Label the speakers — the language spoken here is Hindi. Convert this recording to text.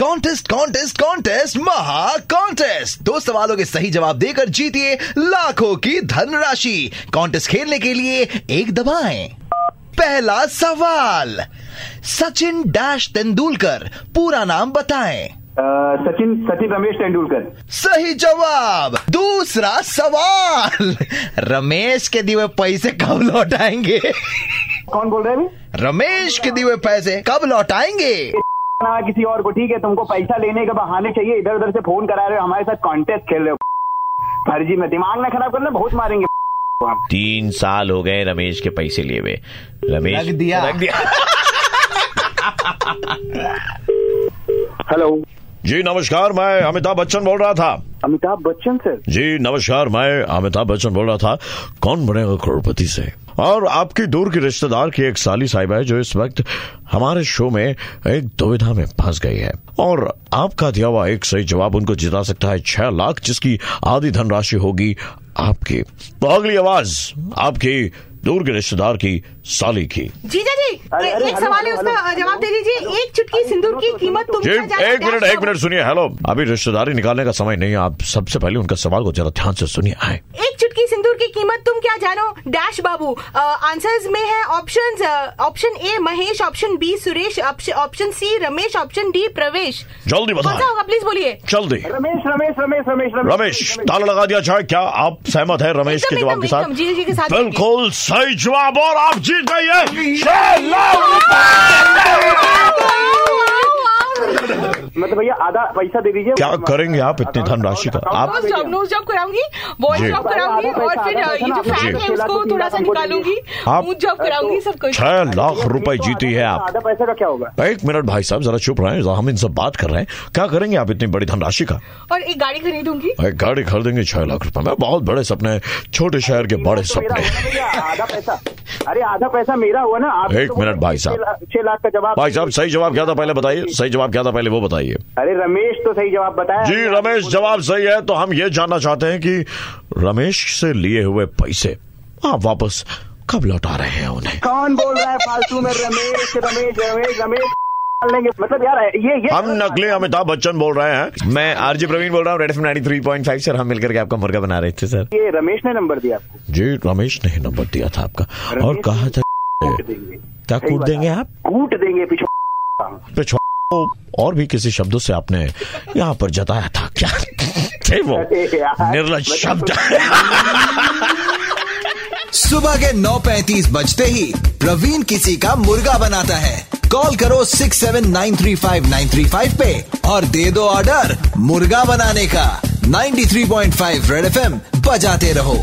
Speaker 1: कॉन्टेस्ट कॉन्टेस्ट कॉन्टेस्ट महा कॉन्टेस्ट दो सवालों के सही जवाब देकर जीतिए लाखों की धनराशि कॉन्टेस्ट खेलने के लिए एक दबाएं पहला सवाल सचिन डैश तेंदुलकर पूरा नाम बताएं
Speaker 2: अ, Uh, सचिन सचिन रमेश तेंदुलकर
Speaker 1: सही जवाब दूसरा सवाल रमेश के दिए हुए पैसे कब लौटाएंगे
Speaker 2: कौन बोल रहे हैं अभी?
Speaker 1: रमेश के दिए हुए पैसे कब लौटाएंगे
Speaker 2: ना किसी और को ठीक है तुमको पैसा लेने के बहाने चाहिए इधर उधर से फोन करा रहे हो हमारे साथ कांटेस्ट खेल रहे हो फर्जी में दिमाग ना खराब करना बहुत मारेंगे आप
Speaker 3: तीन साल हो गए रमेश के पैसे लिए हुए रमेश
Speaker 1: रख दिया।
Speaker 3: रख दिया
Speaker 2: हेलो
Speaker 3: जी नमस्कार मैं अमिताभ बच्चन बोल रहा था
Speaker 2: अमिताभ बच्चन सर
Speaker 3: जी नमस्कार मैं अमिताभ बच्चन बोल रहा था कौन बनेगा करोड़पति से और आपकी दूर की रिश्तेदार की एक साली साहिबा है जो इस वक्त हमारे शो में एक दुविधा में फंस गई है और आपका दिया हुआ एक सही जवाब उनको जिता सकता है छह लाख जिसकी आधी धनराशि होगी आपकी तो अगली आवाज आपकी दूर के रिश्तेदार की साली की
Speaker 4: जीजा जी
Speaker 2: अरे,
Speaker 4: ए-
Speaker 2: अरे,
Speaker 4: एक
Speaker 2: हेलो,
Speaker 4: सवाल है
Speaker 2: हेलो,
Speaker 4: उसका
Speaker 2: हेलो,
Speaker 4: जवाब दे दीजिए एक चुटकी सिंदूर की कीमत तुम
Speaker 3: जी एक मिनट एक मिनट सुनिए हेलो अभी रिश्तेदारी निकालने का समय नहीं है आप सबसे पहले उनका सवाल को जरा ध्यान से सुनिए आए
Speaker 4: एक चुटकी सिंदूर की कीमत तुम क्या जानो डैश बाबू आंसर्स में है options option A Mahesh option B Suresh option C Ramesh option D Pravesh
Speaker 3: जल्दी
Speaker 4: कौन सा
Speaker 3: बताएं
Speaker 4: होगा प्लीज बोलिए
Speaker 3: जल्दी
Speaker 2: रमेश रमेश रमेश रमेश
Speaker 3: रमेश ताला लगा दिया जाए क्या आप सहमत है रमेश
Speaker 4: एकदम,
Speaker 3: के जवाब
Speaker 4: एकदम,
Speaker 3: के साथ
Speaker 4: एकदम, जी, जी के साथ
Speaker 3: बिल्कुल सही जवाब और आप जीत गई है छह लाख रुपए।
Speaker 2: मतलब भैया आधा पैसा दे दीजिए
Speaker 3: क्या करेंगे आप इतनी धनराशि का आप
Speaker 4: नोज जॉब नोज जॉब कराऊंगी वॉइस
Speaker 3: जी।
Speaker 4: जॉब कराऊंगी और फिर अ, ये जो
Speaker 2: जी।
Speaker 4: फैन है उसको थोड़ा सा निकालूंगी
Speaker 3: आप-
Speaker 4: मूड
Speaker 2: तो
Speaker 4: जॉब कराऊंगी सब कुछ
Speaker 3: छह लाख रुपए जीती है आप
Speaker 2: आधा पैसा का क्या होगा
Speaker 3: एक मिनट भाई साहब जरा चुप रहे हम इनसे बात कर रहे हैं क्या करेंगे आप इतनी बड़ी धनराशि का
Speaker 4: और एक गाड़ी खरीदूंगी
Speaker 3: एक गाड़ी खरीदेंगे छह लाख रुपए में बहुत बड़े सपने हैं, छोटे शहर के बड़े
Speaker 2: तो मेरा
Speaker 3: सपने
Speaker 2: हुआ ना भैया, आधा पैसा अरे आधा पैसा मेरा हुआ ना आप तो
Speaker 3: एक मिनट भाई साहब।
Speaker 2: छह लाख का जवाब
Speaker 3: भाई साहब सही जवाब क्या था पहले बताइए सही जवाब क्या था पहले वो बताइए
Speaker 2: अरे रमेश तो सही जवाब बताया
Speaker 3: जी रमेश जवाब सही है तो हम ये जानना चाहते हैं कि रमेश से लिए हुए पैसे आप वापस कब लौटा रहे हैं उन्हें
Speaker 2: कौन बोल रहा है फालतू में रमेश रमेश रमेश रमेश डाल लेंगे मतलब यार ये ये
Speaker 3: हम नकली अमिताभ बच्चन बोल रहे हैं मैं आरजे प्रवीण बोल रहा हूँ red F nine three point five sir हम मिलकर के आपका मुर्गा बना रहे थे सर
Speaker 2: ये रमेश ने नंबर दिया आपको
Speaker 3: जी रमेश ने ही नंबर दिया था आपका और कहा था
Speaker 2: कूट देंगे सही
Speaker 3: क्या कूट
Speaker 2: बात है।
Speaker 3: देंगे आप
Speaker 2: कूट देंगे पीछे
Speaker 3: पिछवा- को और भी किसी शब्दों से आपने यहाँ पर जताया था क्या थे वो
Speaker 2: अरे यार,
Speaker 3: निर्लज
Speaker 2: मतलब-
Speaker 3: शब्द
Speaker 5: सुबह के 9:35 बजते ही प्रवीण किसी का मुर्गा बनाता है कॉल करो 6793593 पे और दे दो ऑर्डर मुर्गा बनाने का 93.5 रेड एफएम बजाते रहो